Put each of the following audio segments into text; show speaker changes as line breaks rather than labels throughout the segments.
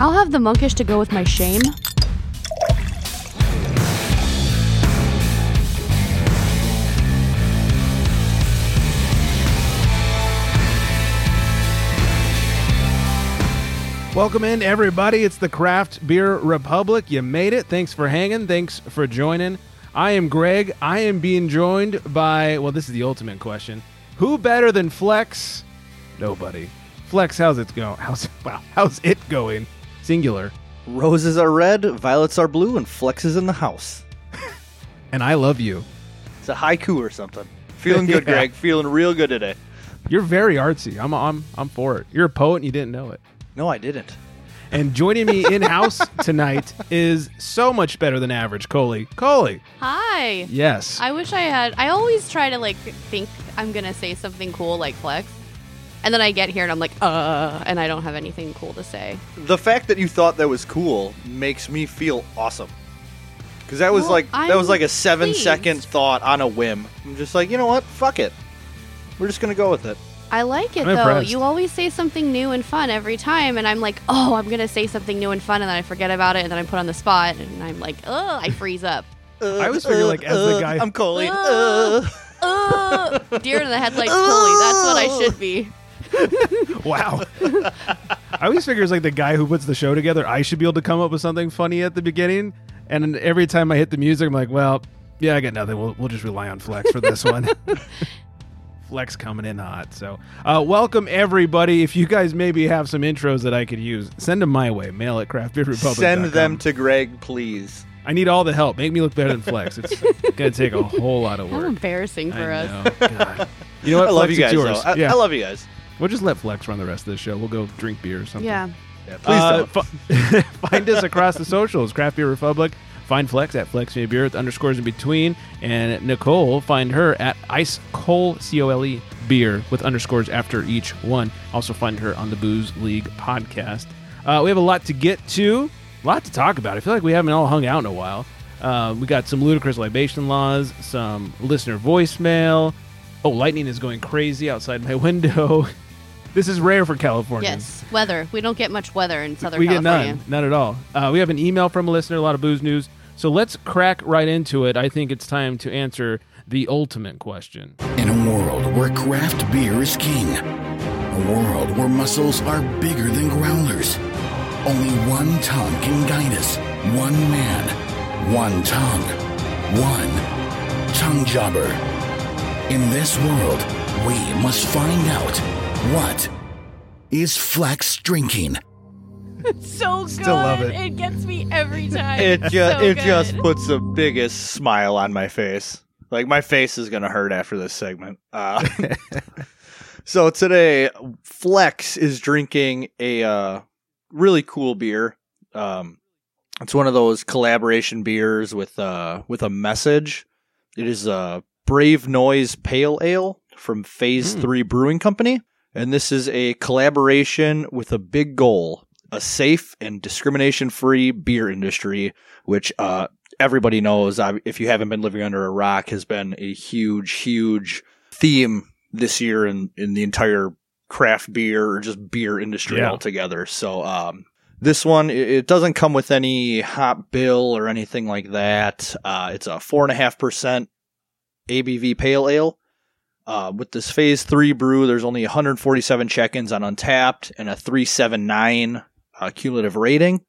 I'll have the monkish to go with my shame.
Welcome in, everybody. It's the Craft Beer Republic. You made it. Thanks for hanging. Thanks for joining. I am Greg. I am being joined by, well, this is the ultimate question. Who better than Flex? Nobody. Flex, how's it going? How's, wow, how's it going? Singular.
Roses are red, violets are blue, and Flex is in the house.
And I love you.
It's a haiku or something. Feeling good,
Yeah.
Greg. Feeling real good today.
You're very artsy. I'm, I'm, I'm for it. You're a poet and you didn't know it.
No, I didn't.
And joining me in house tonight is so much better than average, Coley. Coley.
Hi.
Yes.
I wish I had. I always try to like think I'm gonna say something cool like flex, and then I get here and I'm like, uh, and I don't have anything cool to say.
The fact that you thought that was cool makes me feel awesome. Because that was
Well,
like that was
I'm
like a seven
pleased.
second thought on a whim. I'm just like, you know what? Fuck it. We're just gonna go with it.
I like it
I'm
though.
impressed.
You always say something new and fun every time, and I'm like, oh, I'm gonna say something new and fun, and then I forget about it, and then I'm put on the spot, and I'm like, oh, I freeze up.
I always figure, like, as the guy-
uh, I'm Coley.
Uh. Oh, deer in the headlights, Coley. That's what I should be.
Wow. I always figure it's like the guy who puts the show together. I should be able to come up with something funny at the beginning. And then every time I hit the music, I'm like, well, yeah, I got nothing. We'll, we'll just rely on Flex for this one. Flex coming in hot. So, uh, welcome everybody. If you guys maybe have some intros that I could use, send them my way. Mail at craftbeerrepublic.com.
Send them to Greg, please.
I need all the help. Make me look better than Flex. It's gonna take a whole lot of
How
work.
embarrassing for
I
us.
know. God. You know what?
I love
Flex,
you guys.
it's yours.
though. I,
yeah.
I love you guys.
we'll just let Flex run the rest of the show. We'll go drink beer or something.
Yeah.
Yeah, please
Uh,
don't.
fi- find us across the socials, Craft Beer Republic. Find Flex at Flex Made Beer with underscores in between. And Nicole, find her at Ice Cole, C O L E, beer with underscores after each one. Also find her on the Booze League podcast. Uh, we have a lot to get to, a lot to talk about. I feel like we haven't all hung out in a while. Uh, we got some ludicrous libation laws, some listener voicemail. Oh, lightning is going crazy outside my window. this is rare for California.
Yes. Weather. We don't get much weather in Southern
We
California.
get none, none at all. Uh, we have an email from a listener, a lot of booze news. So let's crack right into it. I think it's time to answer the ultimate question.
In a world where craft beer is king, a world where muscles are bigger than growlers, only one tongue can guide us. One man, one tongue, one tongue jobber. In this world, we must find out what is Flex drinking.
so good.
Still love it.
gets me every time.
it
It's
just
so
it
good.
just puts the biggest smile on my face. Like my face is gonna hurt after this segment. Uh, so today, Flex is drinking a uh, really cool beer. Um, it's one of those collaboration beers with uh, with a message. It is a Brave Noise Pale Ale from Phase
Hmm.
Three Brewing Company, and this is a collaboration with a big goal: a safe and discrimination-free beer industry, which uh, everybody knows. ob- If you haven't been living under a rock, has been a huge, huge theme this year in in the entire craft beer or just beer industry
Yeah.
altogether. So um, this one it, it doesn't come with any hop bill or anything like that. Uh, it's a four and a half percent ABV pale ale. Uh, with this phase three brew, there's only 147 check-ins on Untapped and a 379 uh, cumulative rating.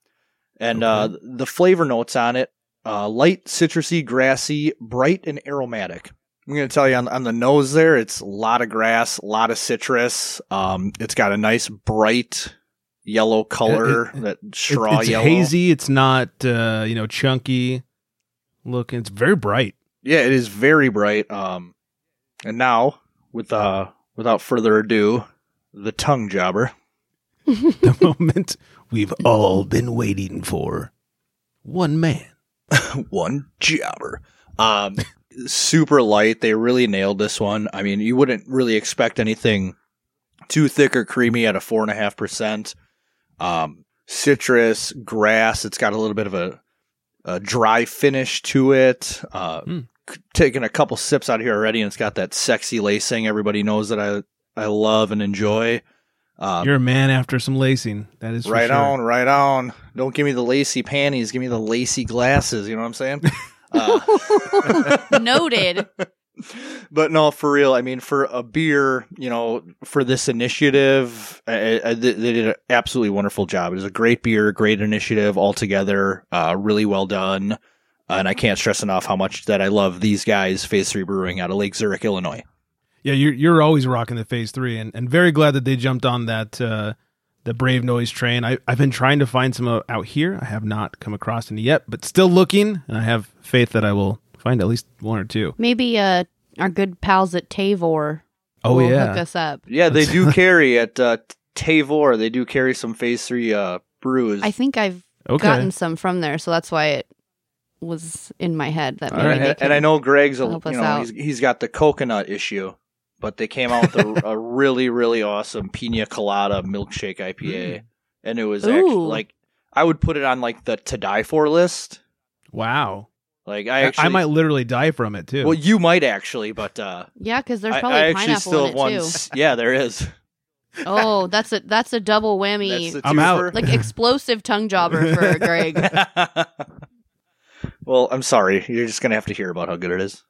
And uh, the flavor notes on it: uh, light, citrusy, grassy, bright, and aromatic. I'm going to tell you on, on the nose there, it's a lot of grass, a lot of citrus. Um, it's got a nice bright yellow color,
It- it-
that straw
it's
yellow.
hazy. It's not uh, you know chunky looking. It's very bright.
Yeah, it is very bright. Um, and now, with uh, without further ado, the tongue jobber.
the moment we've all been waiting for. One man.
one jobber. Um, super light. They really nailed this one. I mean, you wouldn't really expect anything too thick or creamy at a four and a half percent. Um, citrus, grass. It's got a little bit of a, a dry finish to it. Uh,
Hmm.
c- Taking a couple sips out here already, and it's got that sexy lacing everybody knows that I I love and enjoy. Um,
You're a man after some lacing. That is for
right
sure.
on, right on. Don't give me the lacy panties. Give me the lacy glasses. You know what I'm saying? Uh,
Noted.
but no, for real. I mean, for a beer, you know, for this initiative, I, I, they they did an absolutely wonderful job. It was a great beer, great initiative altogether. Uh, really well done. And I can't stress enough how much that I love these guys, Phase Three Brewing out of Lake Zurich, Illinois.
Yeah, you're you're always rocking the phase three, and, and very glad that they jumped on that uh, the brave noise train. I I've been trying to find some uh, out here. I have not come across any yet, but still looking, and I have faith that I will find at least one or two.
Maybe uh, our good pals at Tavor
Oh
will hook
yeah,
us up.
Yeah, they do carry at uh, Tavor. They do carry some Phase Three uh, brews.
I think I've
okay.
gotten some from there, so that's why it was in my head that
All
maybe
right.
they
and,
can-
and I know Greg's a, you
help us
know
out.
he's, he's got the coconut issue, but they came out with a, a really really awesome pina colada milkshake IPA, and it was actually
Mm. Ooh.
like I would put it on like the to die for list.
Wow,
Like I
I,
actually
I might literally die from it too.
well you might actually, but uh,
Yeah, because there's
I,
probably
I actually
pineapple
still
in
have
it
one.
too.
s- Yeah, there is.
Oh, that's a that's a double whammy,
That's the
I'm out.
twofer.
like explosive tongue jobber for Greg.
well, I'm sorry. You're just gonna have to hear about how good it is.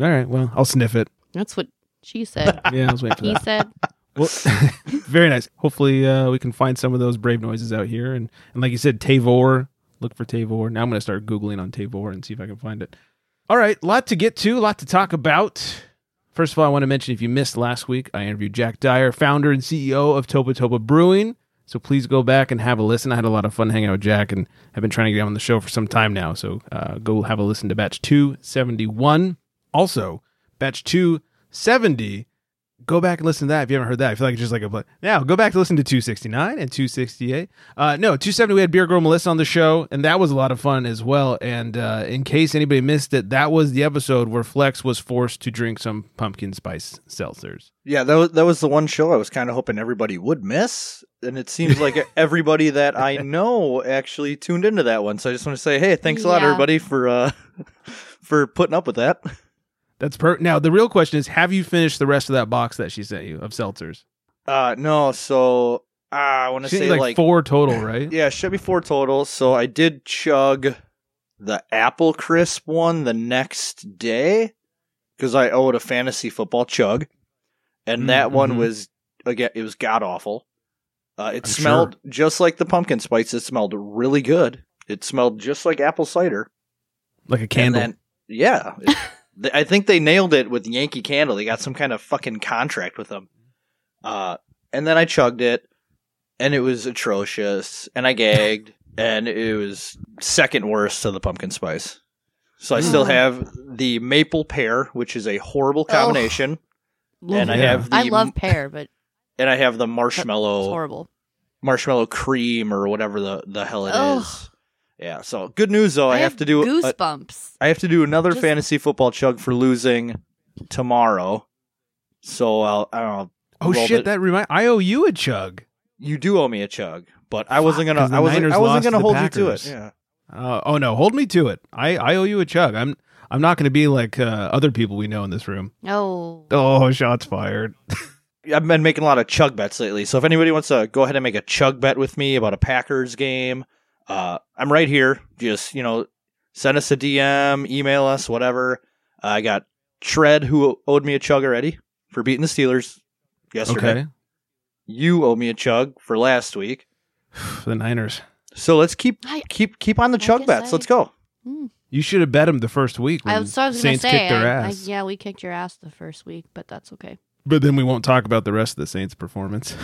All right, well I'll sniff it.
That's what she said.
Yeah, I was waiting for
He
that.
said.
Well, very nice. Hopefully, uh, we can find some of those brave noises out here. And, and like you said, Tavor, look for Tavor. Now I'm going to start Googling on Tavor and see if I can find it. All right, lot to get to, lot to talk about. First of all, I want to mention if you missed last week, I interviewed Jack Dyer, founder and CEO of Topa Topa Brewing. So please go back and have a listen. I had a lot of fun hanging out with Jack and have been trying to get him on the show for some time now. So uh, go have a listen to batch 271. Also, batch 270 go back and listen to that if you haven't heard that. I feel like it's just like a play. Now go back to listen to 269 and 268. Uh, no, 270. We had Beer Girl Melissa on the show, and that was a lot of fun as well. And uh, in case anybody missed it, that was the episode where Flex was forced to drink some pumpkin spice seltzers.
Yeah, that was, that was the one show I was kind of hoping everybody would miss, and it seems like everybody that I know actually tuned into that one. So I just want to say, hey, thanks a lot,
Yeah.
everybody, for uh, for putting up with that.
That's per. Now the real question is, have you finished the rest of that box that she sent you of seltzers?
Uh, no, so uh, I want to
She sent
say
you
like,
like, four total, right?
yeah, it should be four total. So I did chug the apple crisp one the next day because I owed a fantasy football chug, and that
Mm,
one
mhm.
was again it was god awful. Uh, it
I'm
smelled just like the pumpkin spice. It smelled really good. It smelled just like apple cider.
Like a candle.
And then, yeah, It- th- I think they nailed it with Yankee Candle. They got some kind of fucking contract with them. Uh, and then I chugged it, and it was atrocious, and I gagged, and it was second worst to the pumpkin spice. So I still
Mm.
have the maple pear, which is a horrible combination, and I
Yeah.
have the
Oh,
Oh.
I love pear, but
and I have the
it's
marshmallow
horrible.
marshmallow cream or whatever the the hell it is.
Ugh.
Yeah. So good news though, Oh, I, have, to do a-
goosebumps.
I have to do another
Just-
fantasy football chug for losing tomorrow. So I'll, I don't know.
oh
roll
shit!
it.
That remind. I owe you a chug.
You do owe me a chug, but I wasn't
Fuck,
gonna.
'cause the
I wasn't.
Niners
I
lost
wasn't
to
gonna
the
hold you to it.
Packers.
Yeah.
Uh, oh no, hold me to it. I, I owe you a chug. I'm I'm not going to be like uh, other people we know in this room.
Oh,
Oh, shots fired.
I've been making a lot of chug bets lately. So if anybody wants to go ahead and make a chug bet with me about a Packers game, uh, I'm right here. Just you know, send us a DM, email us, whatever. Uh, I got Shred who owed me a chug already for beating the Steelers yesterday.
Okay,
You owe me a chug for last week.
the Niners.
So let's keep
I-
keep keep on the
I
chug
guess
bets.
I-
Let's go.
You should have bet them the first week. When
I was, so I was
Saints
gonna say,
kicked their
I- I-
ass.
yeah, we kicked your ass the first week, but that's okay.
But then we won't talk about the rest of the Saints' performance.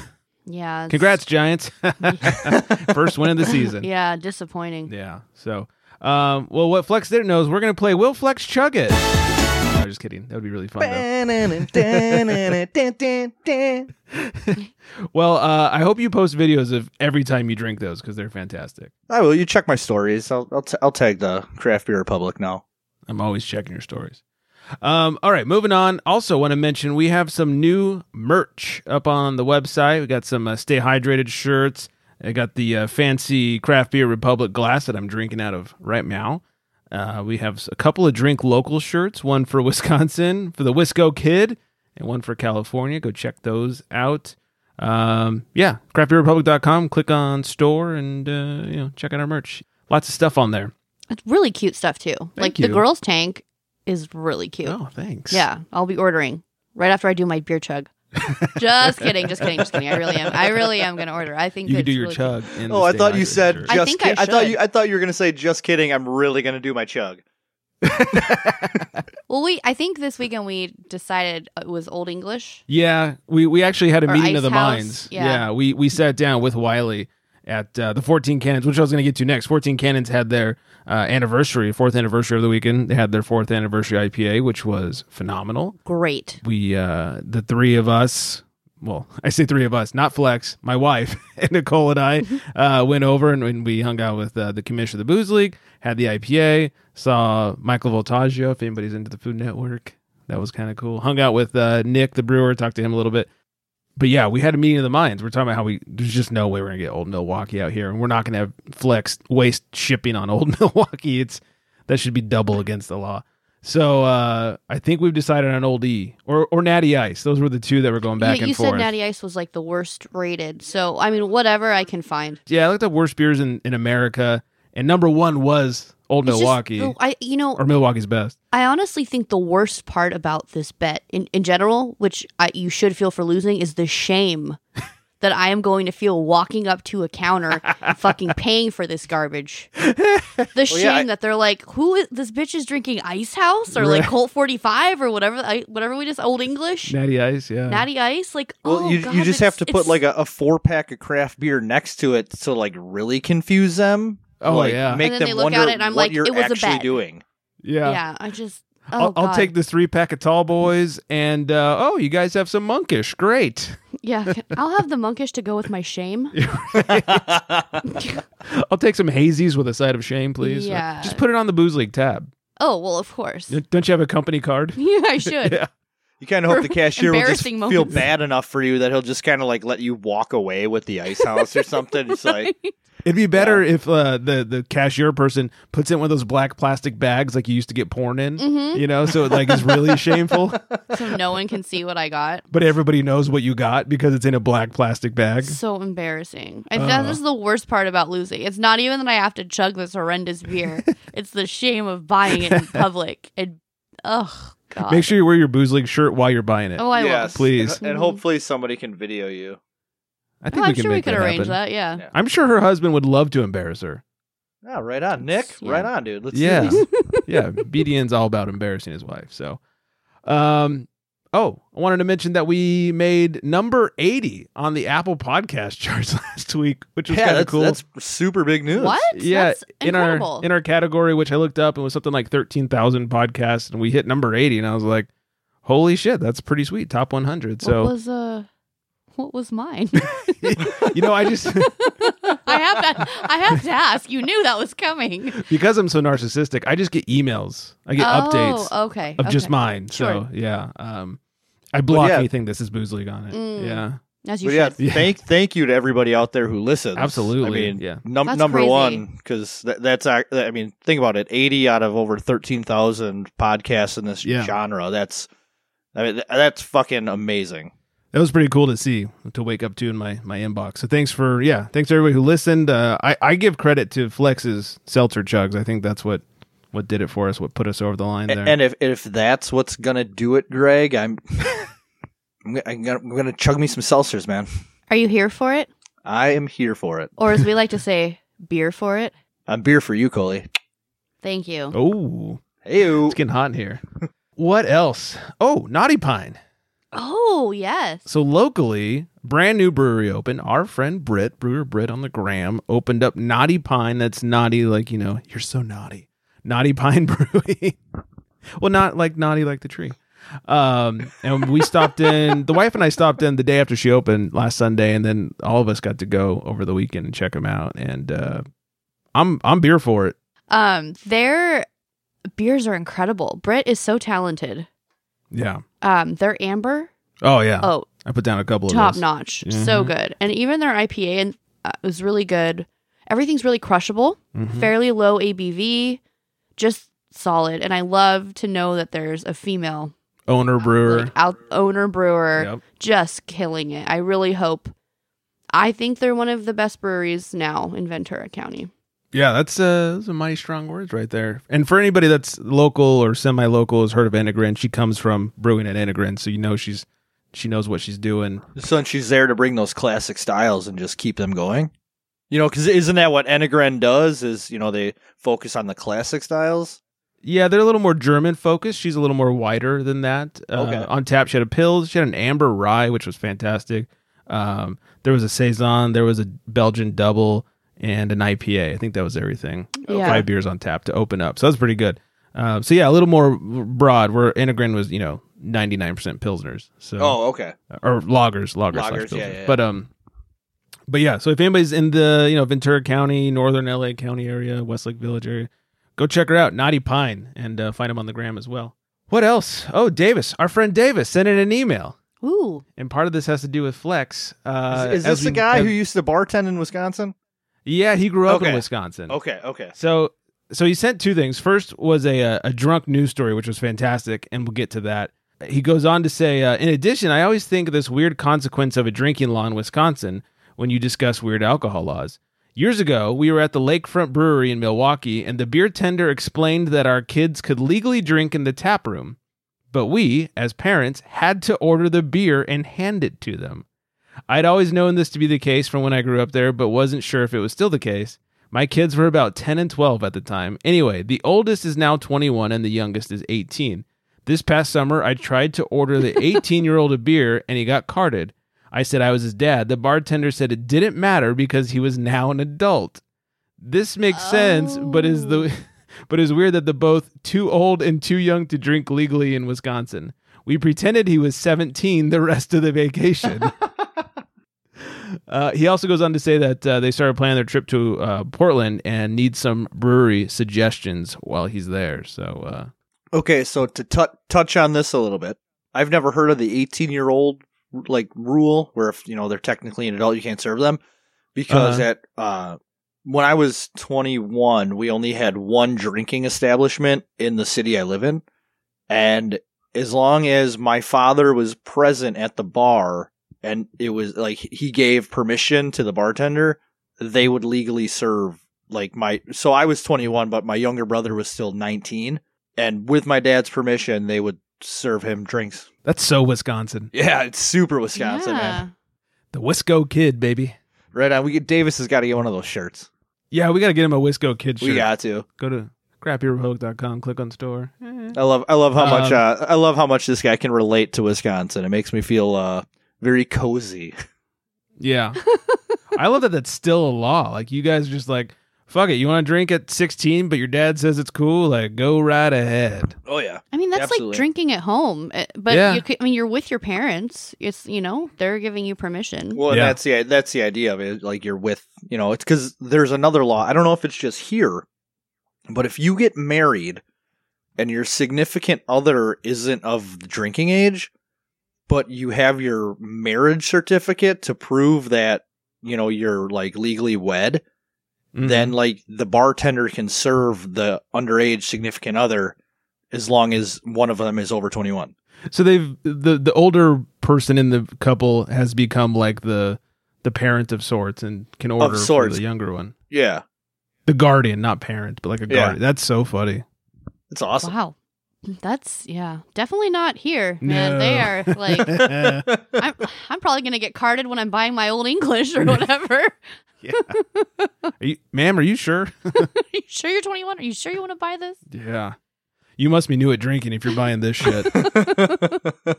Yeah, it's-
Congrats, Giants! first win of the season.
Yeah, disappointing.
Yeah. So, um, well, what Flex there knows, we're gonna play. Will Flex chug it? No, just kidding. That would be really fun. Though. Well, uh, I hope you post videos of every time you drink those because they're fantastic.
I will. You check my stories. I'll I'll, t- I'll tag the Craft Beer Republic now.
I'm always checking your stories. Um, all right, moving on. Also, want to mention we have some new merch up on the website. We got some uh, Stay Hydrated shirts. I got the uh, fancy Craft Beer Republic glass that I'm drinking out of right now. Uh, we have a couple of drink local shirts one for Wisconsin for the Wisco Kid, and one for California. Go check those out. Um, yeah, craftbeerrepublic.com. Click on store and uh, you know check out our merch. Lots of stuff on there.
It's really cute stuff too. like the
you.
girls' tank is really cute.
Oh, thanks.
Yeah, I'll be ordering right after I do my beer chug. just kidding, just kidding, just kidding. I really am. I really am gonna order. I think
you can
it's
do your
really
chug. In
Oh,
the
I
Sting
thought you
Rocket
said
shirt.
just
I think I
kid- I thought
should.
you I thought you were going to say just kidding. I'm really going to do my chug.
Cute. Well, we I think this weekend we decided uh, it was Old English.
Yeah, we we actually had a
Or
meeting
Ice
of the
House,
minds.
yeah.
we we sat down with Wiley at uh, the 14 Cannons, which I was going to get to next. 14 Cannons had their uh, anniversary, fourth anniversary of the weekend. They had their fourth anniversary IPA, which was phenomenal.
Great.
We uh, the three of us. Well, I say three of us, not Flex. My wife and Nicole and I uh, went over and, and we hung out with uh, the commissioner of the Booze League. Had the IPA. Saw Michael Voltaggio. If anybody's into the Food Network, that was kind of cool. Hung out with uh, Nick, the brewer. Talked to him a little bit but yeah, we had a meeting of the minds. We're talking about how we there's just no way we're gonna get old Milwaukee out here, and we're not gonna have flex waste shipping on old Milwaukee. It's that should be double against the law. So uh, I think we've decided on old E or or Natty Ice. Those were the two that were going back
you
and
you
forth.
said Natty Ice was like the worst rated, so I mean whatever I can find.
yeah, I looked up worst beers in, in America, and number one was old
It's just-
Milwaukee
oh, I you know
or Milwaukee's best.
I honestly think the worst part about this bet in, in general, which I, you should feel for losing, is the shame that I am going to feel walking up to a counter and fucking paying for this garbage. The shame
I-
that they're like, who is this bitch is drinking Ice House or like
Right.
Colt 45 or whatever, I, whatever we just, Old English,
Natty Ice, yeah.
Natty Ice? Like,
Well,
oh,
you
God,
you just have to
it's-
put
it's-
like a, a four pack of craft beer next to it to like really confuse them.
Oh,
like,
yeah.
make
And then
them
they look
wonder
at it and I'm
what
like,
you're
it was a
actually
bet.
doing.
yeah.
yeah. I just, oh,
I'll, I'll
God.
take the three pack of tall boys and uh, oh, you guys have some monkish. Great.
Yeah, I'll have the monkish to go with my shame.
I'll take some hazies with a side of shame, please. Uh,
Yeah.
Just put it on the booze league tab.
Oh, well, of course.
Don't you have a company card?
Yeah, I should.
You kind of hope the cashier will just
embarrassing
feel
moments.
bad enough for you that he'll just kind of like let you walk away with the ice house or something. It's like,
It'd be better if uh, the the cashier person puts it in one of those black plastic bags like you used to get porn in.
Mm-hmm.
You know, so it like is really shameful,
so no one can see what I got.
but everybody knows what you got because it's in a black plastic bag.
So embarrassing. I, that
Uh-huh.
is the worst part about losing. It's not even that I have to chug this horrendous beer. it's the shame of buying it in public. And oh god.
Make sure you wear your booze league shirt while you're buying it.
oh, I
yes,
will.
Please.
And, and hopefully somebody can video you.
I
Oh,
think
I'm
we can
sure we
make
could
that
arrange
happen.
that. Yeah.
Yeah.
I'm sure her husband would love to embarrass her.
Yeah, right on, Nick.
Yeah.
Right on, dude. Let's
yeah,
do this.
yeah. BDN's all about embarrassing his wife. So, um, oh, I wanted to mention that we made number eighty on the Apple Podcast charts last week, which was
Yeah,
kind of
that's,
cool.
that's super big news.
What?
yeah,
That's
in
incredible.
our in our category, which I looked up, and was something like thirteen thousand podcasts, and we hit number eighty, and I was like, "Holy shit, that's pretty sweet, top one hundred. So
what was uh what was mine?
you know, I just
I have to I have to ask. You knew that was coming.
because I'm so narcissistic, I just get emails, I get updates
Oh, okay.
of just
okay.
mine. So
Sure.
yeah, um, I block
yeah.
anything. This is Booze League on it.
Mm.
Yeah.
As you
But yeah,
should.
Yeah.
thank thank you to everybody out there who listens.
Absolutely,
I mean,
yeah.
num-
That's
number
crazy.
one because th- that's ac- I mean, think about it. Eighty out of over thirteen thousand podcasts in this
Yeah.
genre. That's I mean, th- that's fucking amazing.
That was pretty cool to see to wake up to in my my inbox. So thanks for yeah, thanks to everybody who listened. Uh, I I give credit to Flex's seltzer chugs. I think that's what what did it for us. What put us over the line
A-
there.
And if if that's what's gonna do it, Greg, I'm I'm, gonna, I'm gonna I'm gonna chug me some seltzers, man.
Are you here for it?
I am here for it.
Or as we like to say, beer for it?
I'm beer for you, Coley.
Thank you.
oh,
Hey,
it's getting hot in here. what else? Oh, Naughty Pine.
Oh, yes.
So locally, brand new brewery open. Our friend Britt, brewer Britt on the gram, opened up Naughty Pine. That's naughty, like you know, you're so naughty. Naughty Pine Brewing. well, not like naughty like the tree. Um, and we stopped in. The wife and I stopped in the day after she opened last Sunday, and then all of us got to go over the weekend and check them out. And uh, I'm I'm beer for it.
Um, their beers are incredible. Britt is so talented.
Yeah.
Um, their amber,
Oh yeah.
oh,
I put down a couple
top
of those.
notch, so
Mhm.
good. And even their IPA and uh, was really good. Everything's really crushable,
Mhm.
fairly low ABV, just solid. And I love to know that there's a female
owner brewer.
Like out owner brewer,
Yep.
just killing it. I really hope. I think they're one of the best breweries now in Ventura County.
Yeah, that's uh, those are mighty strong words right there. And for anybody that's local or semi-local has heard of Enegrin, she comes from brewing at Enegrin, so you know she's she knows what she's doing.
So she's there to bring those classic styles and just keep them going. You know, because isn't that what Enegren does? Is you know they focus on the classic styles.
Yeah, they're a little more German focused. She's a little more wider than that. Uh,
Okay.
On tap, she had a pills. She had an amber rye, which was fantastic. Um, there was a saison. There was a Belgian double and an IPA. I think that was everything.
Yeah.
Five beers on tap to open up. So that's pretty good. Um, so yeah, a little more broad. Where Enegrin was, you know, ninety nine percent pilsners. So
Oh, okay.
or loggers, loggers, slash
Loggers, yeah,
Pilsners.
yeah, yeah.
But um, but yeah. So if anybody's in the you know Ventura County, Northern LA County area, Westlake Village area, go check her out, Naughty Pine, and uh, find them on the gram as well. What else? Oh, Davis, our friend Davis sent in an email,
Ooh,
and part of this has to do with Flex. Uh,
is, is
as
this
we-
the guy
as-
who used to bartend in Wisconsin?
Yeah, he grew up in
Okay.
Wisconsin.
Okay, okay.
So so he sent two things. First was a uh, a drunk news story, which was fantastic, and we'll get to that. He goes on to say, uh, in addition, I always think of this weird consequence of a drinking law in Wisconsin when you discuss weird alcohol laws. Years ago, we were at the Lakefront Brewery in Milwaukee, and the beer tender explained that our kids could legally drink in the tap room, but we, as parents, had to order the beer and hand it to them. I'd always known this to be the case from when I grew up there, but wasn't sure if it was still the case. My kids were about 10 and 12 at the time. Anyway, the oldest is now 21 and the youngest is 18. This past summer, I tried to order the 18 year old a beer and he got carded. I said I was his dad. The bartender said it didn't matter because he was now an adult. This makes sense, but is the but is weird that the both too old and too young to drink legally in Wisconsin. We pretended he was 17 the rest of the vacation. Uh, he also goes on to say that uh, they started planning their trip to uh, Portland and need some brewery suggestions while he's there. So uh,
Okay, so to t- touch on this a little bit, I've never heard of the 18 year old like rule where if you know they're technically an adult, you can't serve them because
Uh-huh.
at uh, when I was 21, we only had one drinking establishment in the city I live in, and as long as my father was present at the bar and it was like he gave permission to the bartender, they would legally serve like my so I was 21, but my younger brother was still 19 and with my dad's permission, they would serve him drinks.
that's so Wisconsin.
Yeah, it's super Wisconsin, man.
The Wisco Kid, baby.
Right on. We get Davis has got to get one of those shirts.
Yeah, we got to get him a Wisco Kid shirt.
We got to.
Go to crappyrevoke.com, click on store.
I love. I love how much.
Um,
Uh, I love how much this guy can relate to Wisconsin. It makes me feel uh, very cozy.
Yeah. I love that that's still a law. Like, you guys are just like, fuck it. You want to drink at 16, but your dad says it's cool? Like, go right ahead.
Oh yeah.
I mean that's
Absolutely.
like drinking at home, eh, but
Yeah.
you could, I mean you're with your parents. It's you know they're giving you permission.
Well, and
Yeah.
that's the that's the idea of it. Like you're with, you know, it's because there's another law. I don't know if it's just here, but if you get married and your significant other isn't of the drinking age, but you have your marriage certificate to prove that you know you're like legally wed,
Mhm.
then like the bartender can serve the underage significant other as long as one of them is over 21.
So they've the the older person in the couple has become like the the parent of sorts and can order
sorts.
for the younger one.
Yeah,
The guardian, not parent, but like a
Yeah.
guardian. That's so funny.
it's awesome.
Wow, that's yeah, definitely not here, man. They are like
yeah.
I'm, I'm probably gonna get carded when I'm buying my old English or whatever.
Are you, ma'am, are you sure?
Are you sure you're 21? Are you sure you want to buy this?
yeah. You must be new at drinking if you're buying this shit. well,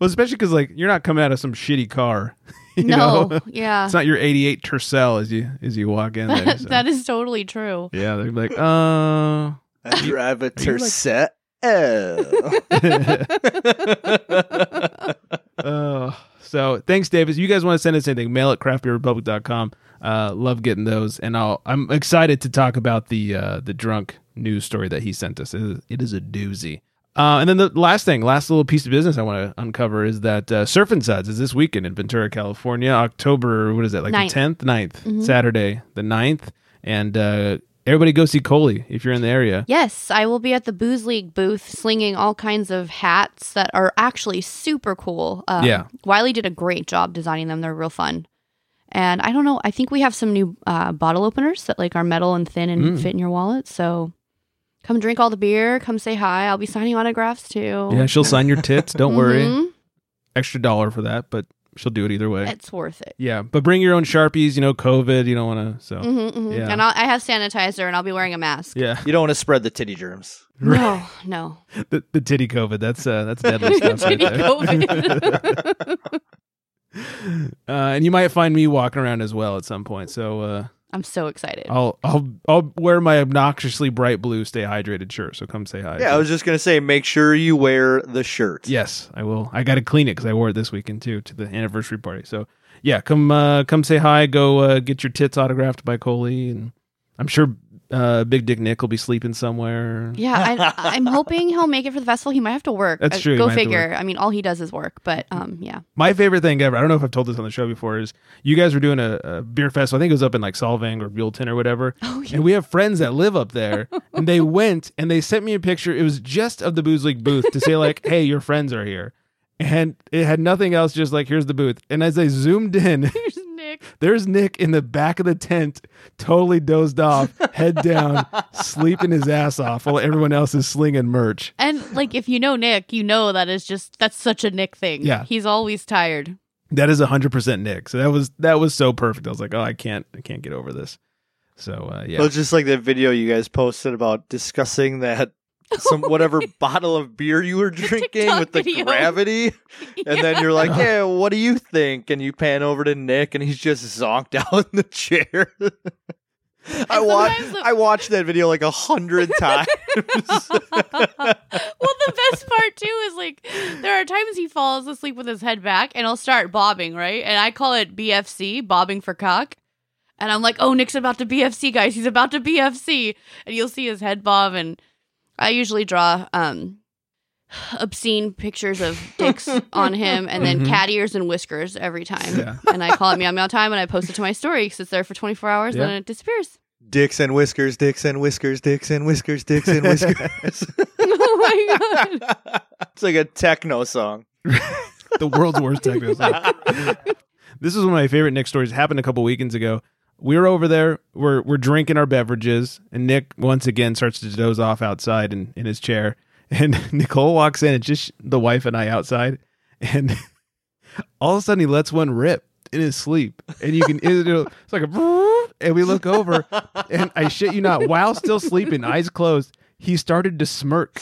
especially because like you're not coming out of some shitty car. you
no,
know?
yeah,
it's not your '88 Tercel as you as you walk in there. so.
that is totally true.
yeah, they're like, uh
I drive a
you like-
Tercel. Oh.
Uh, so thanks, Davis. You guys want to send us anything? Mail at craftbeerrepublic.com. Uh, love getting those, and I'll, I'm excited to talk about the uh, the drunk news story that he sent us. It is, it is a doozy. Uh, and then the last thing, last little piece of business I want to uncover is that uh, Surf and Suds is this weekend in Ventura, California, October. What is that? Like
Ninth.
the 10th, 9th, Saturday, the 9th. And uh, Everybody go see Coley if you're in the area.
Yes, I will be at the Booze League booth slinging all kinds of hats that are actually super cool. Um,
Yeah.
Wiley did a great job designing them. They're real fun. And I don't know, I think we have some new uh, bottle openers that like are metal and thin and
Mm.
fit in your wallet. So come drink all the beer, come say hi. I'll be signing autographs too.
Yeah, she'll sign your tits. Don't worry.
Mhm.
Extra dollar for that, but she'll do it either way.
It's worth it.
Yeah, but bring your own sharpies. You know, COVID. You don't want to. So
Mhm, mhm.
Yeah.
And I'll, I have sanitizer and I'll be wearing a mask.
yeah,
You don't want to spread the titty germs.
No, no.
the, the titty COVID. That's uh, that's deadly stuff. right
Titty
there.
COVID.
uh, and you might find me walking around as well at some point. So uh,
I'm so excited.
I'll I'll I'll wear my obnoxiously bright blue stay hydrated shirt. So come say hi.
Yeah, I was just gonna say, make sure you wear the shirt.
Yes, I will. I got to clean it because I wore it this weekend too to the anniversary party. So yeah, come uh, come say hi. Go uh, get your tits autographed by Coley, and I'm sure uh, Big Dick Nick will be sleeping somewhere.
Yeah, I, I'm hoping he'll make it for the festival. He might have to work.
That's
Uh,
true, he
Go
might have to
figure. I mean, all he does is work, but um, yeah.
My favorite thing ever. I don't know if I've told this on the show before. Is you guys were doing a, a beer festival. I think it was up in like Solvang or Buellton or whatever.
Oh, yeah.
And we have friends that live up there, and they went and they sent me a picture. It was just of the booze league booth to say like, "Hey, your friends are here," and it had nothing else. Just like, "Here's the booth." And as I zoomed in,
Here's Nick.
There's Nick in the back of the tent, totally dozed off, head down, sleeping his ass off while everyone else is slinging merch.
And like, if you know Nick, you know that is just that's such a Nick thing.
Yeah.
he's always tired.
That is 100% Nick. So that was that was so perfect. I was like, "Oh, I can't I can't get over this." So, uh, yeah.
Well, it's just like that video you guys posted about discussing that some whatever bottle of beer you were drinking
TikTok
with the
video.
gravity, and then you're like, "Yeah, what do you think?" And you pan over to Nick, and he's just zonked out in the chair. I
And
watched
sometimes the-
I watched that video like a hundred times.
well, the best part too is like there are times he falls asleep with his head back, and he'll start bobbing right, and I call it BFC, bobbing for cock. And I'm like, oh, Nick's about to BFC, guys. He's about to BFC, and you'll see his head bob. And I usually draw um obscene pictures of dicks on him, and then
Mm-hmm.
Mhm.
cat ears and whiskers every time.
Yeah.
And I call it meow meow time, and I post it to my story because it's there for 24 hours, and
Yeah.
then it disappears.
dicks and whiskers, dicks and whiskers, dicks and whiskers, dicks and whiskers.
oh my god.
it's like a techno song.
the world's worst techno song. this is one of my favorite Nick stories. It happened a couple weekends ago. We were over there. We're we're drinking our beverages, and Nick once again starts to doze off outside in, in his chair. And Nicole walks in. It's just the wife and I outside, and all of a sudden he lets one rip in his sleep, and you can it'll- it's like a and we look over, and I shit you not, while still sleeping, eyes closed, he started to smirk.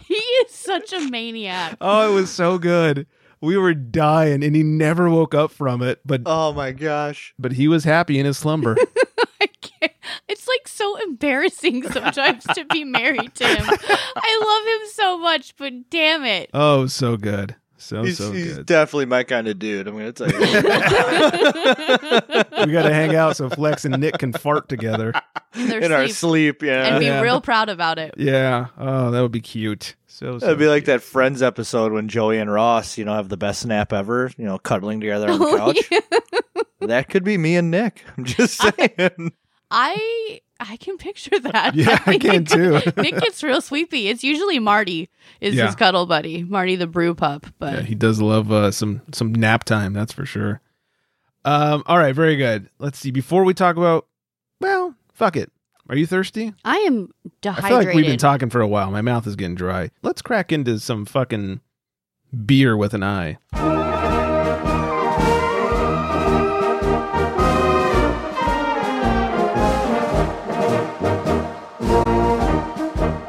he is such a maniac.
Oh, it was so good. We were dying, and he never woke up from it. But
Oh my gosh.
but he was happy in his slumber.
I can't. It's like so embarrassing sometimes to be married to him. I love him so much, but damn it.
oh, so good, so
he's
so
he's
good.
definitely my kind of dude. I'm gonna tell you.
we got to hang out so Flex and Nick can fart together.
In their
in our
sleep.
sleep, yeah.
and be
Yeah.
real proud about it.
Yeah. Oh, that would be cute. So, so
It'd be like
cute.
that Friends episode when Joey and Ross, you know, have the best nap ever, you know, cuddling together on
Oh,
the couch. That could be me and Nick. I'm just saying.
I I can picture that.
Yeah, I can
think
too.
Nick gets real sleepy. It's usually Marty is
Yeah.
his cuddle buddy, Marty the brew pup. But
Yeah, he does love uh, some some nap time. That's for sure. Um. All right. Very good. Let's see. Before we talk about, well, fuck it. Are you thirsty?
I am
I
dehydrated.
feel like we've been talking for a while. My mouth is getting dry. Let's crack into some fucking beer with an eye.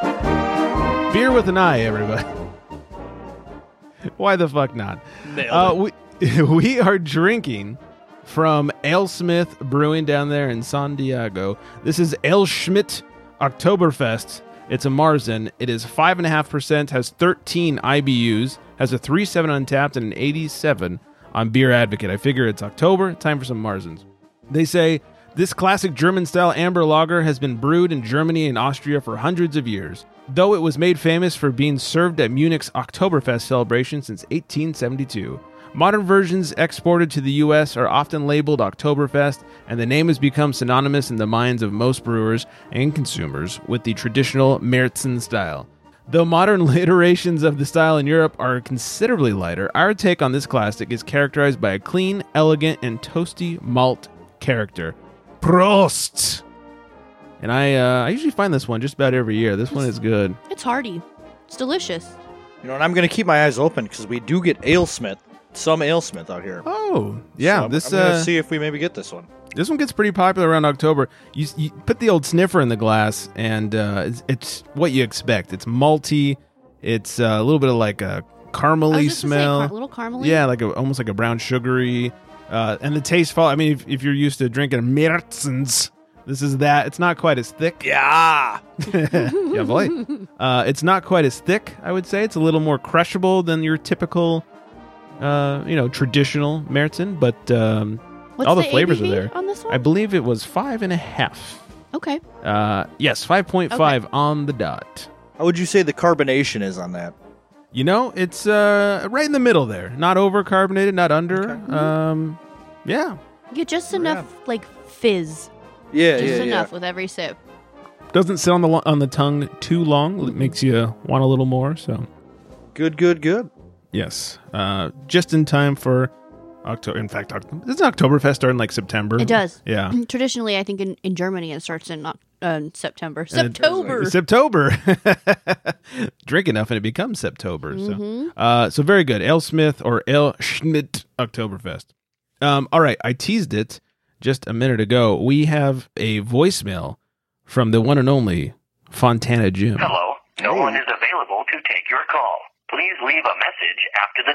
Beer with an eye, everybody. Why the fuck not? Uh, we, we are drinking from Alesmith Brewing down there in San Diego. This is Ale Schmidt Oktoberfest. It's a Marzen. It is 5.5%, has 13 IBUs, has a 3.7 untapped, and an 87 on Beer Advocate. I figure it's October, time for some Marzens. They say this classic German style amber lager has been brewed in Germany and Austria for hundreds of years, though it was made famous for being served at Munich's Oktoberfest celebration since 1872. Modern versions exported to the US are often labeled Oktoberfest, and the name has become synonymous in the minds of most brewers and consumers with the traditional Märzen style. Though modern iterations of the style in Europe are considerably lighter, our take on this classic is characterized by a clean, elegant, and toasty malt character. Prost! And I, uh, I usually find this one just about every year. This one is good.
It's hearty. It's delicious.
You know, and I'm going to keep my eyes open because we do get alesmith, some alesmith out here.
Oh, yeah.
So I'm-
this
I'm gonna
uh,
see if we maybe get this one.
this one gets pretty popular around October. You, you put the old sniffer in the glass, and uh, it's, it's what you expect. It's malty. It's uh, a little bit of like a
I was
caramely
just gonna say,
smell.
car- little caramely.
yeah, like a, almost like a brown sugary. Uh, and the taste fall. I mean, if, if you're used to drinking Märzens, this is that. It's not quite as thick.
Yeah.
yeah, boy. Uh, it's not quite as thick, I would say. It's a little more crushable than your typical, uh, you know, traditional Meritzen, but um,
What's
all the,
the
flavors
ABV
are there.
on this one?
I believe it was five and a half.
Okay.
Uh, yes, 5.5 on the dot.
How would you say the carbonation is on that?
You know, it's uh, right in the middle there. Not over carbonated, not under. Um, yeah,
You get just enough like fizz,
Yeah,
just
yeah, yeah.
enough with every sip.
doesn't sit on the lo- on the tongue too long. It makes you want a little more. So
Good, good, good.
Yes. Uh, just in time for October. In fact, Oct- doesn't Oktoberfest start in like September?
It does.
Yeah.
Mm, Traditionally, I think in, in Germany it starts in Oc- uh, September. September.
It's September. Drink enough and it becomes September.
Mm-hmm.
So, uh, so very good. L. Smith or L. Schmidt Oktoberfest. Um, all right. I teased it just a minute ago. We have a voicemail from the one and only Fontana Jim.
Hello. No one is available to take your call. Please leave a message after the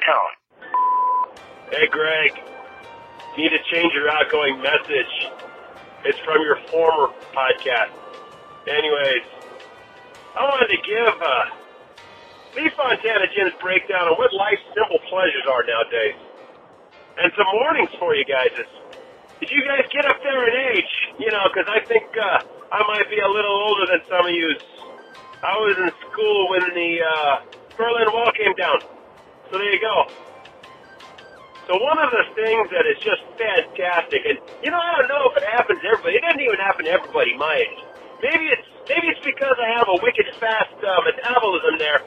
tone.
Hey, Greg. Need to change your outgoing message. It's from your former podcast. Anyways, I wanted to give uh, Lee Fontana Jim's breakdown on what life's simple pleasures are nowadays. And some warnings for you guys. Is, did you guys get up there in age? You know, because I think uh, I might be a little older than some of you. I was in school when the uh, Berlin Wall came down. So there you go. So one of the things that is just fantastic, and you know, I don't know if it happens to everybody. It doesn't even happen to everybody my age. Maybe it's maybe it's because I have a wicked fast uh, metabolism there.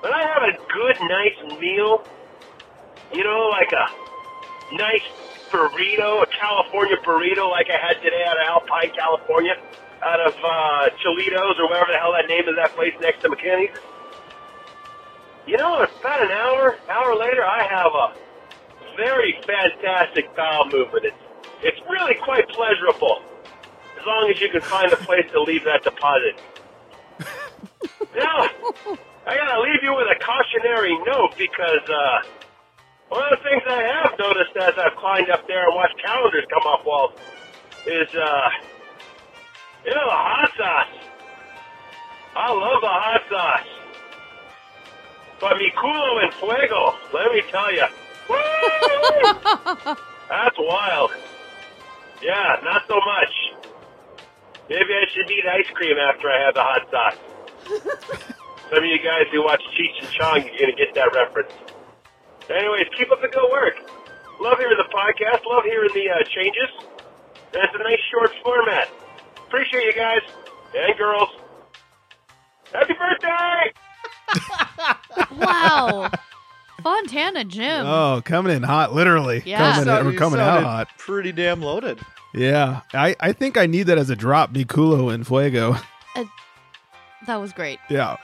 When I have a good, nice meal, you know, like a nice burrito, a California burrito, like I had today out of Alpine, California, out of uh, Cholitos or whatever the hell that name is that place next to McKinney's. You know, about an hour, hour later, I have a very fantastic bowel movement. It's, it's really quite pleasurable, as long as you can find a place to leave that deposit. now, I gotta leave you with a cautionary note because uh, one of the things I have noticed as I've climbed up there and watched calendars come up walls is, uh, you know, the hot sauce. I love the hot sauce. But mi culo en fuego, let me tell you. That's wild. Yeah, not so much. Maybe I should eat ice cream after I have the hot sauce. Some of you guys who watch Cheech and Chong, you're going to get that reference. Anyways, keep up the good work. Love hearing the podcast. Love hearing the uh, changes. And it's a nice short format. Appreciate you guys and girls. Happy birthday!
Wow. Fontana Jim.
Oh, coming in hot, literally.
Yeah.
Coming in-
Sounded-
we're coming out
sounded
hot.
Pretty damn loaded.
Yeah. I, I think I need that as a drop, Niculo and Fuego.
That was great.
Yeah.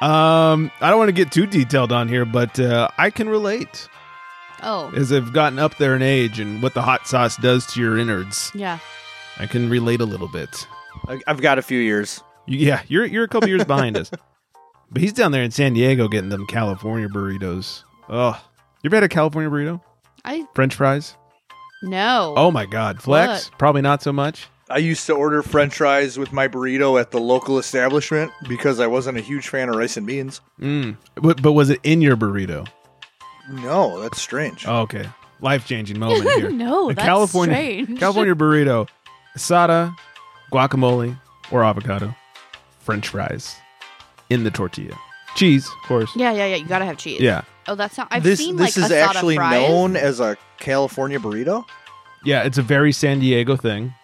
Um, I don't want to get too detailed on here, but uh, I can relate
Oh,
as I've gotten up there in age and what the hot sauce does to your innards.
yeah.
I can relate a little bit.
I, I've got a few years.
You- Yeah, you're you're a couple years behind us, but he's down there in San Diego getting them California burritos. Oh, you ever had a California burrito?
I
French fries?
no.
Oh my God, flex? Probably not so much.
I used to order French fries with my burrito at the local establishment because I wasn't a huge fan of rice and beans.
Mm. But but was it in your burrito?
No, that's strange.
Oh, okay, life changing moment here.
No,
A
that's
California
strange.
California burrito, asada, guacamole, or avocado, French fries in the tortilla, cheese, of course.
Yeah, yeah, yeah. You gotta have cheese.
Yeah.
Oh, that's not. I've
this
seen
this
like
is
asada
actually
fries.
known as a California burrito.
Yeah, it's a very San Diego thing.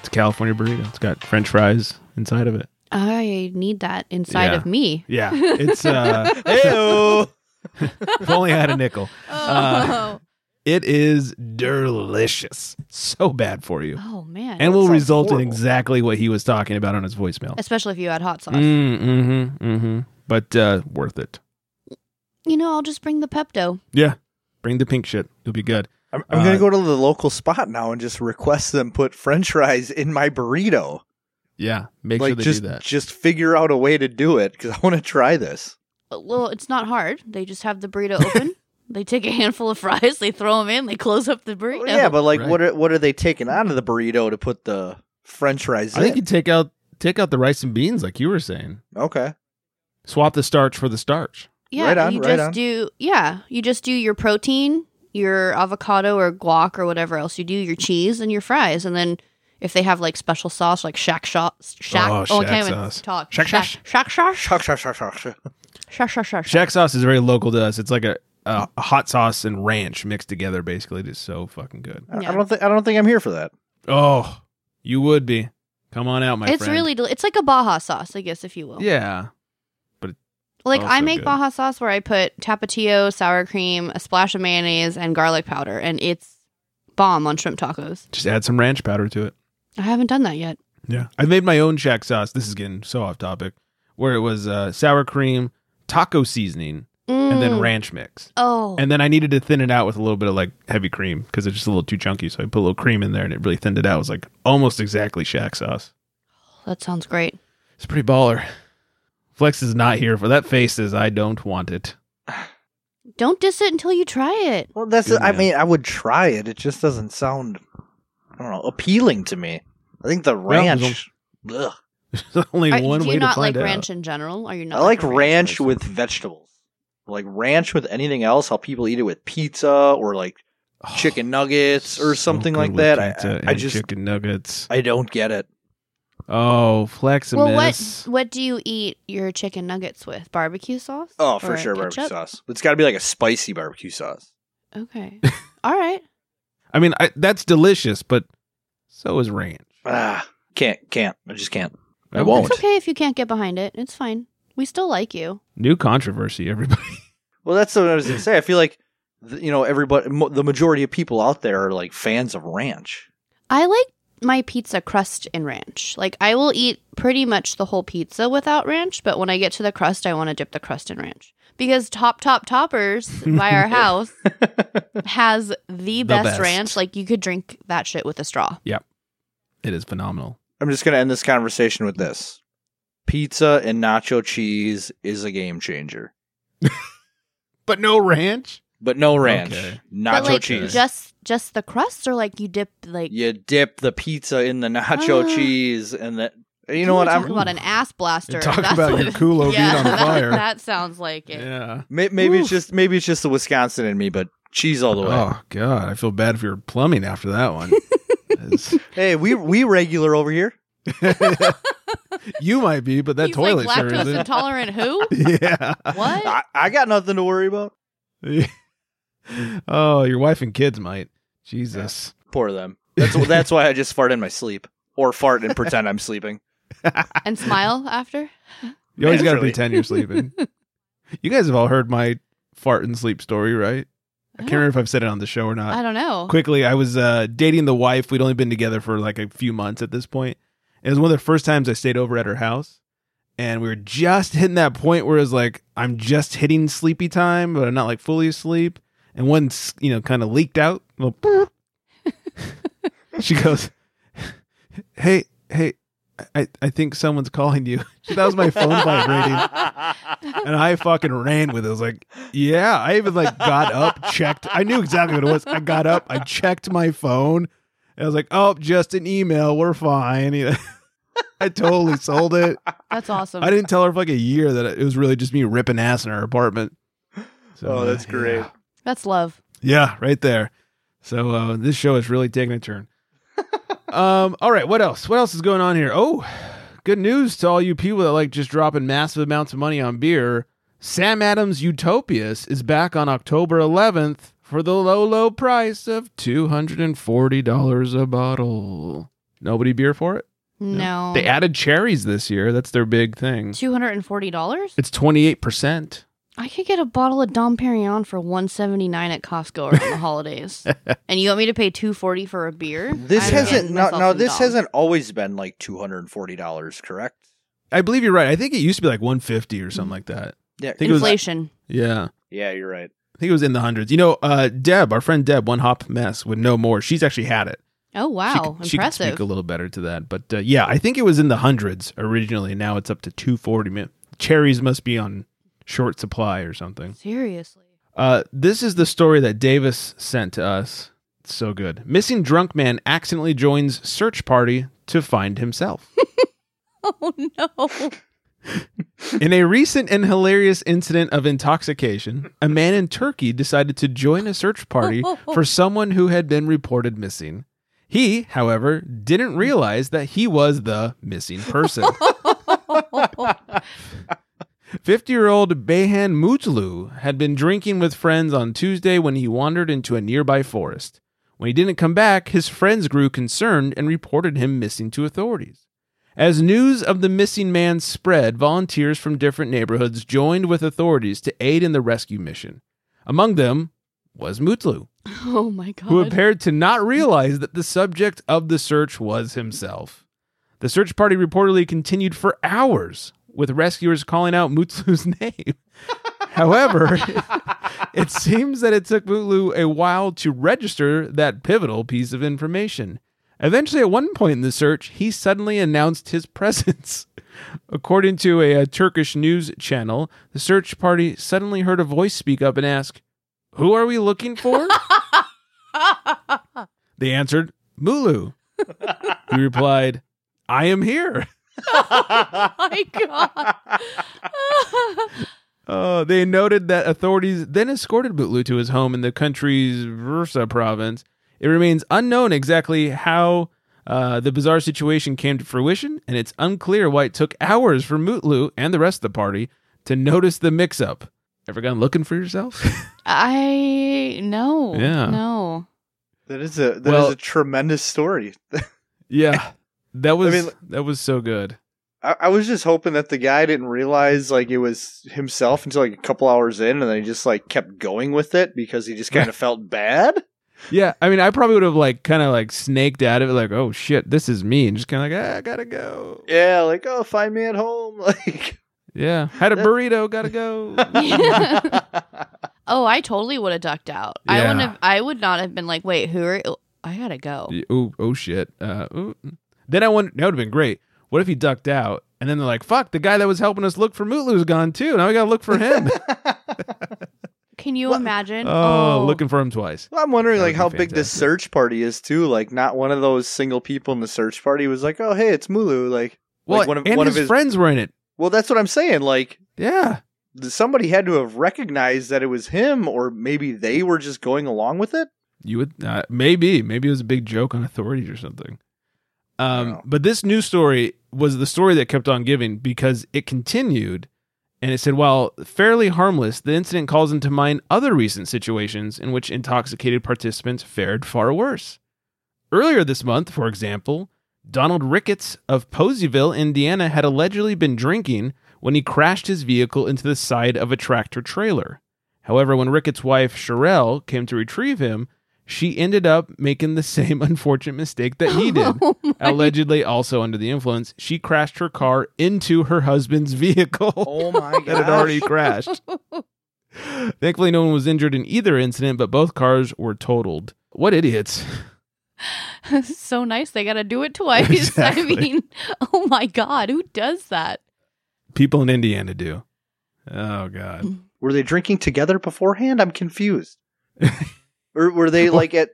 It's a California burrito. It's got French fries inside of it.
I need that inside
Yeah.
of me.
Yeah, it's uh,
Heyo.
if only I had a nickel.
Oh,
Uh, It is delicious. So bad for you,
oh man.
and will
sounds
result in
horrible.
exactly what he was talking about on his voicemail.
Especially if you add hot sauce.
Mm, mm-hmm, mm-hmm. But uh, worth it.
You know, I'll just bring the Pepto.
Yeah, bring the pink shit. You'll be good.
I'm, I'm
Uh,
gonna go to the local spot now and just request them put French fries in my burrito.
Yeah, make
like
sure they
just
do that.
just figure out a way to do it because I want to try this.
Uh, Well, it's not hard. They just have the burrito open. they take a handful of fries. They throw them in. They close up the
Oh,
burrito.
yeah, but like,
Right.
what are what are they taking out of the burrito to put the French fries
I
in?
think you take out take out the rice and beans, like you were saying.
okay,
Swap the starch for the starch.
Yeah,
Right on,
you
right
just
on.
do yeah, you just do your protein, your avocado or guac or whatever else you do, your cheese and your fries, and then if they have like special sauce like shack shot shack
Oh,
I
shack
can't even
sauce.
talk
Shack sauce.
shack shack shack
shuck shuck shuck shuck. shuck.
shack shack shack shack
Shack sauce is very local to us. It's like a, a a hot sauce and ranch mixed together. Basically, it is so fucking good.
I-
Yeah.
I don't think I don't think I'm here for that.
Oh, you would be. Come on out, my
It's
friend.
really deli- it's like a baja sauce, I guess if you will.
yeah.
Like I
also
make
good.
baja sauce where I put tapatio, sour cream, a splash of mayonnaise and garlic powder and it's bomb on shrimp tacos.
Just add some ranch powder to it.
I haven't done that yet.
Yeah. I made my own shack sauce. This is getting so off topic. Where it was uh, sour cream, taco seasoning, and then
Mm.
ranch mix.
Oh.
And then I needed to thin it out with a little bit of like heavy cream because it's just a little too chunky. So I put a little cream in there and it really thinned it out. It was like almost exactly shack sauce.
that sounds great.
It's pretty baller. Flex is not here for that face says I don't want it.
Don't diss it until you try it.
Well, that's
Good
I
man.
mean I would try it. It just doesn't sound I don't know appealing to me. I think the ranch. ugh.
There's only
Are-
one
do
way
you
to
not like
find out.
ranch in general? Are you not?
I like
a
ranch
person?
with vegetables. Like ranch with anything else. How people eat it with pizza or like
Oh,
chicken nuggets
so
or something
good
like
with
that. I-
pizza
I, I
and
just
chicken nuggets.
I don't get it.
Oh, Flex a
Well,
miss.
what what do you eat your chicken nuggets with? Barbecue sauce?
Oh, for
Or
sure, barbecue
ketchup?
sauce. It's got to be like a spicy barbecue sauce.
Okay. All right.
I mean, I, that's delicious, but so is ranch.
Ah, can't, can't. I just can't. I
Okay.
won't.
It's okay if you can't get behind it. It's fine. We still like you.
New controversy, everybody.
Well, that's what I was gonna say. I feel like th- you know everybody, mo- the majority of people out there are like fans of ranch.
I like my pizza crust in ranch. Like I will eat pretty much the whole pizza without ranch, but when I get to the crust, I want to dip the crust in ranch. Because Top Top Toppers by our house has the best,
best.
ranch. Like you could drink that shit with a straw.
It is phenomenal.
I'm just gonna end this conversation with this: pizza and nacho cheese is a game changer,
But no ranch?
but no ranch,
Okay.
nacho
but like
cheese.
just just the crust, or like you dip like
you dip the pizza in the nacho
Ah.
cheese, and that you
You
know what?
wanna
I'm
Talk about an ass blaster.
Talk about your
it-
culo being on
that,
fire.
That sounds like it.
Yeah.
may- maybe it's
Oof.
just maybe it's just the Wisconsin in me, but cheese all the way.
Oh, God. I feel bad for your plumbing after that one. It's-
Hey, we we regular over here.
you might be, but that
He's
toilet
like
sure
lactose
isn't.
intolerant. Who?
yeah.
What?
I, I got nothing to worry about.
oh, your wife and kids might. Jesus.
Poor them. That's that's why I just fart in my sleep or fart and pretend I'm sleeping.
And smile after.
You always got to
Naturally.
pretend you're sleeping. you guys have all heard my fart and sleep story, right? I can't remember if I've said it on the show or not.
I don't know.
quickly i was uh, dating the wife we'd only been together for like a few months at this point it was one of the first times i stayed over at her house and we were just hitting that point where it's like i'm just hitting sleepy time but i'm not like fully asleep and one s- you know kind of leaked out little boop. she goes hey hey I, I think someone's calling you. That was my phone vibrating and I fucking ran with it. I was like, yeah. I even like got up, checked. I knew exactly what it was. I got up, I checked my phone, and I was like, oh, just an email. We're fine. You know? I totally sold it.
That's awesome.
I didn't tell her for like a year that it was really just me ripping ass in her apartment. So,
Oh, that's
uh,
great.
Yeah,
That's love.
Yeah, right there. So uh, this show is really taking a turn. um, all right, what else? What else is going on here? Oh, good news to all you people that like just dropping massive amounts of money on beer. Sam Adams Utopias is back on October 11th for the low, low price of $240 a bottle. Nobody beer for it?
No.
They added cherries this year. That's their big thing.
Two hundred and forty dollars.
It's 28%.
I could get a bottle of Dom Perignon for one seventy nine at Costco around the holidays, and you want me to pay two forty for a beer?
This
I'm
hasn't
getting
no,
myself
no
some
this
Dom.
hasn't always been like two hundred and forty dollars, correct?
I believe you're right. I think it used to be like 150 or something like that.
Yeah,
think it was-
inflation.
Yeah.
yeah, you're right.
I think it was in the hundreds. You know, uh, Deb, our friend Deb, one hop mess would know more. She's actually had it.
Oh
she
wow,
could, she could
impressive.
speak a little better to that. But uh, yeah, I think it was in the hundreds originally. Now it's up to 240. Mi- Cherries must be on short supply or something.
Seriously.
Uh, this is the story that Davis sent to us. It's so good. Missing drunk man accidentally joins search party to find himself.
Oh no.
In a recent and hilarious incident of intoxication, a man in Turkey decided to join a search party for someone who had been reported missing. He, however, didn't realize that he was the missing person. 50 year old Behan Mutlu had been drinking with friends on Tuesday when he wandered into a nearby forest. When he didn't come back, his friends grew concerned and reported him missing to authorities. As news of the missing man spread, volunteers from different neighborhoods joined with authorities to aid in the rescue mission. Among them was Mutlu,
Oh my god.
who appeared to not realize that the subject of the search was himself. The search party reportedly continued for hours, with rescuers calling out Mutlu's name. However, it seems that it took Mutlu a while to register that pivotal piece of information. Eventually, at one point in the search, he suddenly announced his presence. According to a, uh, Turkish news channel, the search party suddenly heard a voice speak up and ask, Who are we looking for? they answered, Mulu. he replied, I am here.
my god.
Uh, they noted that authorities then escorted Mutlu to his home in the country's Versa province. It remains unknown exactly how uh, the bizarre situation came to fruition, and it's unclear why it took hours for Mutlu and the rest of the party to notice the mix up. Ever gone looking for yourself?
I no.
Yeah.
No.
That is a that is
Well-
a tremendous story.
yeah. That was
mean-
that was so good.
I, I was just hoping that the guy didn't realize like it was himself until like a couple hours in, and then he just like kept going with it because he just kind of felt bad.
Yeah, I mean, I probably would have like kind of like snaked out of it, like, oh shit, this is me, and just kind of like, ah, I gotta go.
Yeah, like oh, find me at home. Like
Yeah, had a burrito, gotta go.
Oh, I totally would have ducked out. I
Yeah.
wouldn't have I would not have been like, wait, who are I gotta go.
Yeah, oh, oh shit. Uh, ooh. Then I wonder, that would have been great. What if he ducked out, and then they're like, fuck, the guy that was helping us look for Mootlu's gone too. Now we gotta look for him.
Can you imagine?
oh, looking for him twice.
Well, I'm wondering
That would
like
be
how big this
fantastic.
search party is too. Like not one of those single people in the search party was like, oh hey, it's Mulu. Like
Well,
one of-
and
one of
his,
his-
friends were in it.
well, that's what I'm saying. Like
Yeah,
th- somebody had to have recognized that it was him, or maybe they were just going along with it.
you would uh, maybe maybe it was a big joke on authorities or something. Um,
Wow.
but this news story was the story that kept on giving because it continued and it said, while fairly harmless, the incident calls into mind other recent situations in which intoxicated participants fared far worse. Earlier this month, for example, Donald Ricketts of Poseyville, Indiana, had allegedly been drinking when he crashed his vehicle into the side of a tractor trailer. However, when Ricketts' wife, Sherelle, came to retrieve him, she ended up making the same unfortunate mistake that he did. allegedly, also under the influence, she crashed her car into her husband's vehicle
Oh my god!
that had already crashed. Thankfully, no one was injured in either incident, but both cars were totaled. What idiots!
so nice they gotta do it twice.
Exactly.
I mean, oh my god, who does that?
People in Indiana do. Oh God!
Were they drinking together beforehand? I'm confused. or were they like at?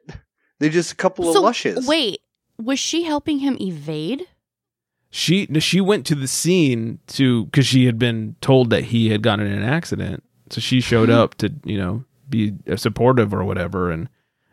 They just a couple of lushes.
Wait, was she helping him evade?
She no, she went to the scene to because she had been told that he had gotten in an accident, so she showed up to you know be uh, supportive or whatever, and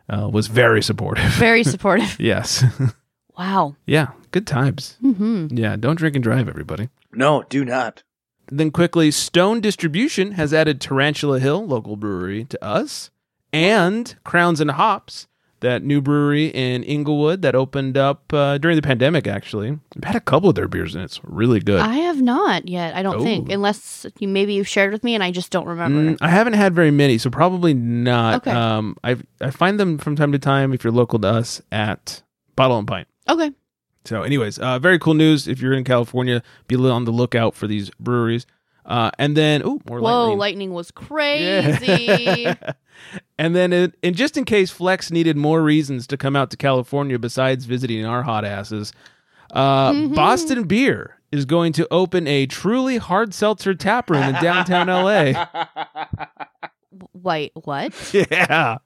uh, was very supportive.
Very supportive.
yes,
wow.
yeah, good times.
Mm-hmm.
Yeah, don't drink and drive, everybody.
No, do not.
Then quickly, Stone Distribution has added Tarantula Hill, local brewery, to us, and Crowns and Hops, that new brewery in Inglewood that opened up uh, during the pandemic. Actually, I've had a couple of their beers and it's really good.
I have not yet. I don't think,
Oh.
unless you maybe you've shared with me and I just don't remember.
Mm, I haven't had very many, so probably not.
Okay.
Um, I I find them from time to time if you're local to us at Bottle and Pint.
Okay,
So, anyways, uh, very cool news. If you're in California, be li- on the lookout for these breweries. Uh, and then, oh, more
whoa, lightning.
lightning.
was
Yeah.
crazy.
and then, it, and just in case Flex needed more reasons to come out to California besides visiting our hot asses, uh,
Mm-hmm.
Boston Beer is going to open a truly hard seltzer tap room in downtown LA.
Wait, what?
yeah.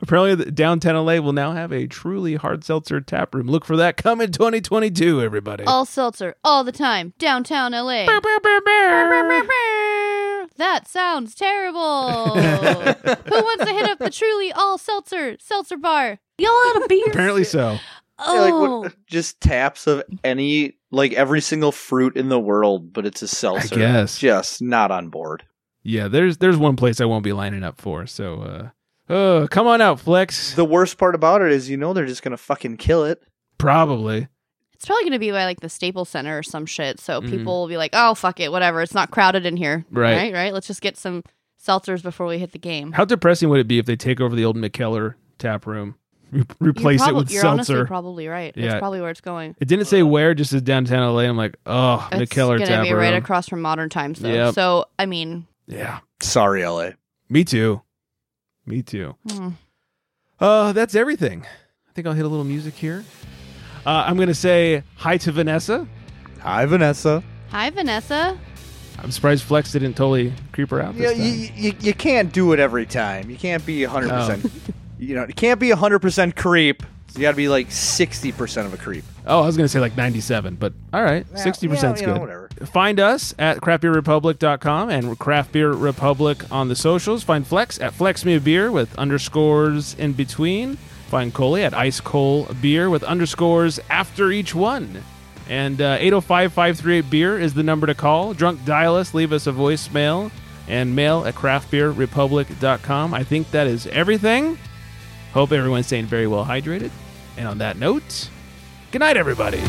Apparently, the- downtown LA will now have a truly hard seltzer tap room. Look for that coming 2022, everybody.
All seltzer, all the time, downtown LA. That sounds terrible. Who wants to hit up the truly all seltzer seltzer bar? Y'all out of beer?
Apparently so.
Yeah, like, what-
Oh,
just taps of any like every single fruit in the world, but it's a seltzer.
guess.
Just not on board.
Yeah, there's there's one place I won't be lining up for. So, uh, uh come on out, Flex.
The worst part about it is you know they're just gonna fucking kill it.
Probably.
it's probably gonna be by like the Staples Center or some shit. So
Mhm.
people will be like, "Oh fuck it, whatever. It's not crowded in here,
Right.
Right? right? Let's just get some seltzers before we hit the game."
How depressing would it be if they take over the old McKellar tap room, re-
You're
replace it
proba-
with
you're
seltzer?
honestly probably right.
Yeah.
That's probably where it's going.
it didn't say where, just as downtown LA. I'm like, oh,
It's
McKellar
gonna
tap
be
room.
right across from Modern Times, though.
Yep.
So I mean,
yeah,
Sorry, LA.
me too. Me too.
hmm.
Uh, that's everything. I think I'll hit a little music here. Uh, I'm gonna say hi to Vanessa.
Hi, Vanessa.
hi Vanessa.
I'm surprised Flex didn't totally creep her out
Yeah,
this
you,
time.
you, you, you can't do it every time. You can't be 100%. You know, it can't be 100% creep. You got to be like 60% of a creep.
Oh, I was gonna say like 97, but all right, 60 percent's
yeah, you
good.
know, whatever.
Find us at craftbeerrepublic.com and Craft Beer Republic on the socials. Find Flex at Flex Me a Beer with underscores in between. Find Coley at Ice Cole Beer with underscores after each one. And uh, 805 538 Beer is the number to call. Drunk dial us, leave us a voicemail, and mail at craftbeerrepublic.com. I think that is everything. Hope everyone's staying very well hydrated. And on that note, good night, everybody.